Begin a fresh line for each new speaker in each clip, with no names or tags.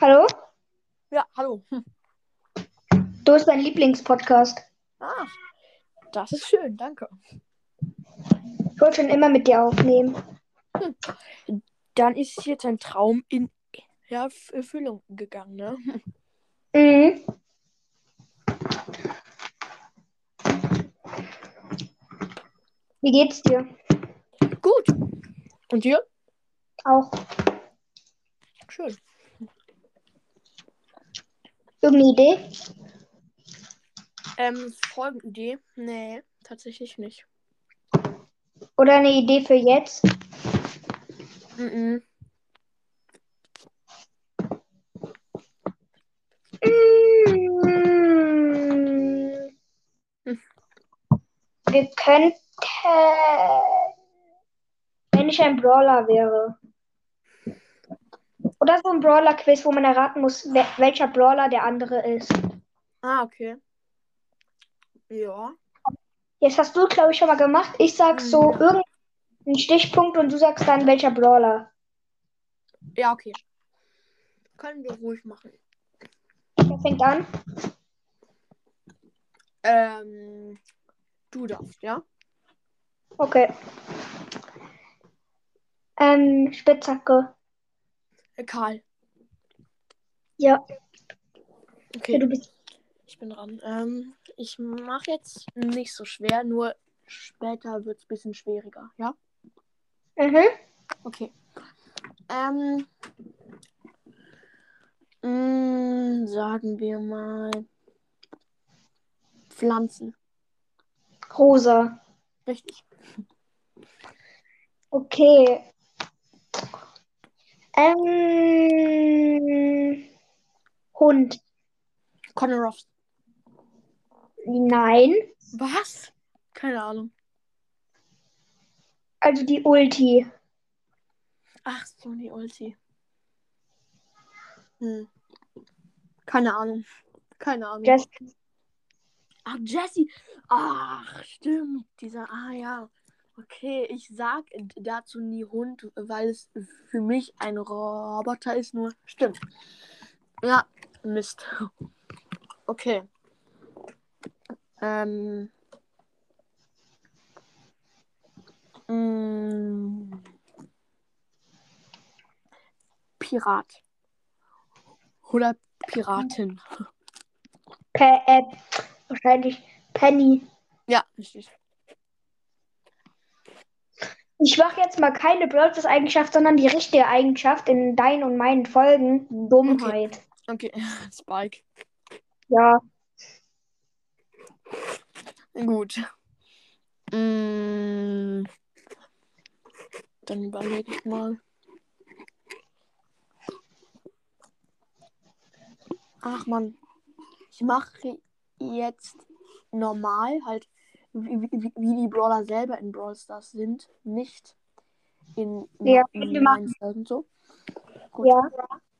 Hallo?
Ja, hallo. Hm.
Du bist mein Lieblingspodcast.
Ah, das ist schön, danke.
Ich wollte schon immer mit dir aufnehmen.
Dann ist jetzt ein Traum in ja, F- Erfüllung gegangen, ne?
Mhm. Wie geht's dir?
Gut. Und dir?
Auch
Schön.
irgendeine Idee?
Ähm, Folgenidee? Nee, tatsächlich nicht.
Oder eine Idee für jetzt?
Mhm.
Mhm. Wir könnten, wenn ich ein Brawler wäre. Oder so ein Brawler-Quiz, wo man erraten muss, wer, welcher Brawler der andere ist.
Ah, okay. Ja.
Jetzt hast du, glaube ich, schon mal gemacht. Ich sag so
Mhm.
irgendeinen Stichpunkt und du sagst dann, welcher Brawler.
Ja, okay. Können wir ruhig machen.
Wer fängt an?
Ähm, du darfst, ja?
Okay. Ähm, Spitzhacke.
Äh, Karl.
Ja,
Okay,
du bist.
ich bin dran. Ähm, ich mache jetzt nicht so schwer, nur später wird es ein bisschen schwieriger, ja?
Mhm.
Okay. Ähm, mh, mm, sagen wir mal Pflanzen.
Rosa.
Richtig.
Okay. Ähm, Hund.
Konorows.
Nein.
Was? Keine Ahnung.
Also die Ulti.
Ach so, die Ulti. Hm. Keine Ahnung. Keine Ahnung.
Jess
Ach, Jesse. Ach, stimmt. Dieser, ah ja. Okay, ich sag dazu nie Hund, weil es für mich ein Roboter ist, nur stimmt. Ja, Mist. Okay. Ähm. Mm. Pirat. Oder Piratin.
Pe äh, wahrscheinlich Penny.
Ja, richtig.
Ich mache jetzt mal keine Brawlers-Eigenschaft, sondern die richtige Eigenschaft in deinen und meinen Folgen. Dummheit.
Okay, Spike.
Ja.
Gut. Mm. Dann überlege ich mal. Ach man, ich mache jetzt normal, halt wie, wie, wie die Brawler selber in Brawl Stars sind, nicht in,
Ja,
in
wir machen-
Minecraft und so. Gut,
Ja.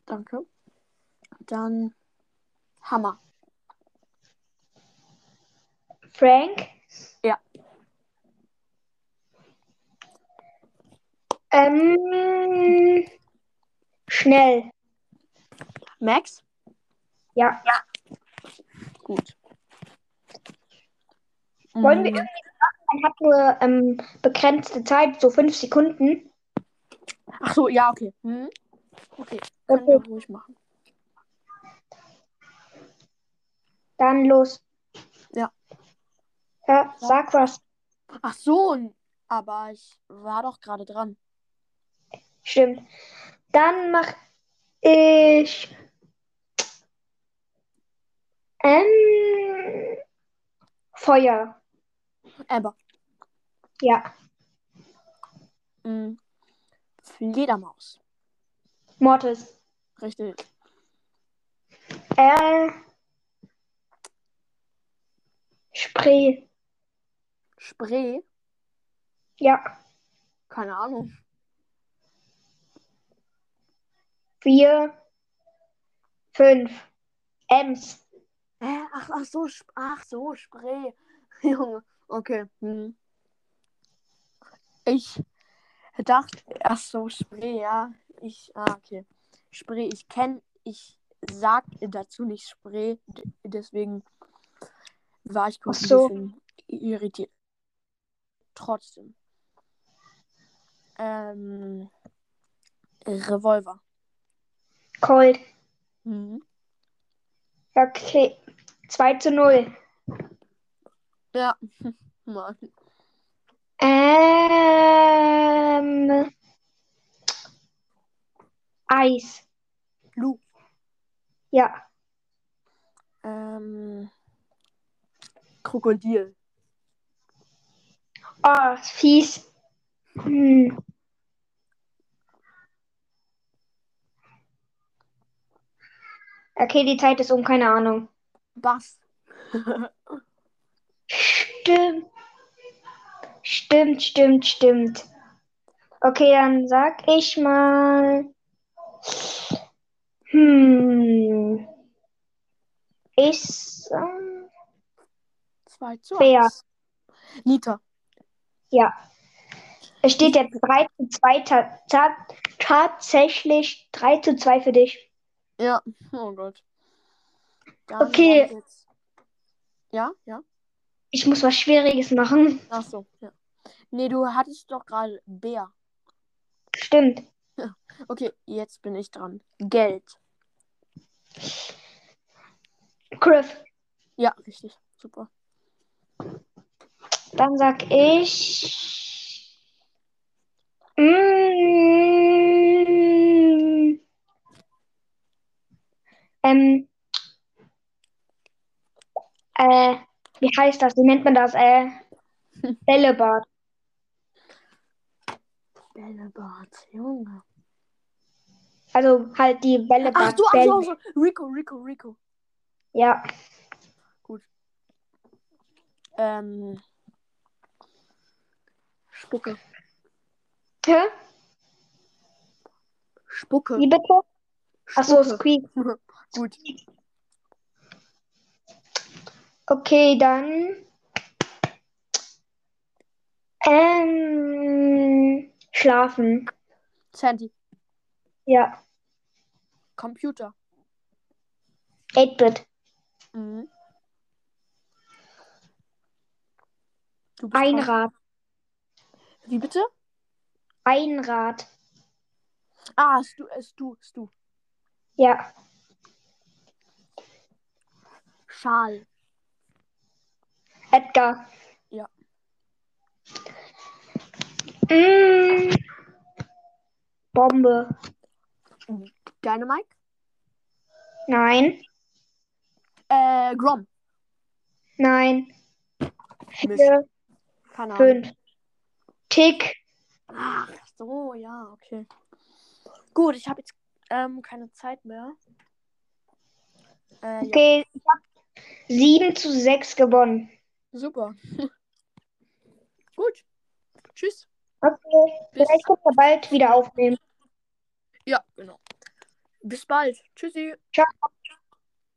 danke. Dann Hammer.
Frank?
Ja.
Ähm, schnell.
Max?
Ja.
Gut.
Wollen wir
Mm,
irgendwie machen? Man hat nur ähm, begrenzte Zeit, so fünf Sekunden.
Ach so, ja, okay. Hm? Okay, können
Okay,
wir ruhig machen.
dann los.
Ja.
Ja, sag was.
Ach so, n- aber ich war doch gerade dran.
Stimmt. Dann mach ich. Ähm, Feuer.
Aber
Ja.
mh, Mhm. Fledermaus.
Mortis.
Richtig.
Äh, Spree.
Spree?
Ja.
Keine Ahnung.
Vier. Fünf. Ems.
Hä? Ach, ach so, Sp- ach so, Spree. Junge. Okay. Hm. Ich dachte, ach so, Spree, ja. Ich, ah, okay. Spree, ich kenne ich sag dazu nicht Spray, d- deswegen war ich kurz
Ach so.
ein bisschen irritiert. Trotzdem. Ähm, Revolver.
Cold.
Mhm.
Okay. 2 zu 0.
Ja, Mann.
Ähm. Eis.
Lu.
Ja.
Ähm, Krokodil.
Oh, fies. Hm. Okay, die Zeit ist um, keine Ahnung.
Bass.
Stimmt. Stimmt, stimmt, stimmt. Okay, dann sag ich mal. Hm. Ist. Ähm,
2 zu
Fair.
1. Nita.
ja. Es steht jetzt 3 zu 2 ta ta tatsächlich 3 zu 2 für dich.
Ja, oh Gott. Dann
Okay.
kommt Jetzt... Ja, ja.
Ich muss was Schwieriges machen.
Ach so, ja. Nee, du hattest doch gerade Bär.
Stimmt.
Okay, jetzt bin ich dran. Geld.
Griff.
Ja, richtig. Super.
Dann sag ich. Mm, ähm, äh, wie heißt das? Wie nennt man das? Äh, Bällebad.
Bällebad, Junge.
Also halt die Bällebad.
Ach du, ach
Bälle.
so, ach so. Rico, Rico, Rico.
Ja,
Ähm. Spucke.
Hä?
Spucke.
wie bitte? Ach so,
Spucke.
Squeak.
Gut.
Okay, dann. Ähm, schlafen.
Sandy.
Ja,
Computer.
8-Bit.
Mhm. Du bist dran.
Einrad.
Wie bitte?
Einrad.
Ah, Stu, äh, Stu, Stu.
Ja,
Schal.
Edgar.
Ja.
Mm. Bombe.
Dynamite.
Nein,
Äh, Grom.
nein.
Mist.
Vier,
Keine Ahnung.
fünf. Tick.
Ach so, ja, okay. Gut, ich habe jetzt ähm, keine Zeit mehr. Äh, ja,
Okay, ich habe 7 zu 6 gewonnen.
super. Gut. Tschüss.
Okay,
Bis,
vielleicht können wir bald wieder aufnehmen.
ja, genau. Bis bald. Tschüssi.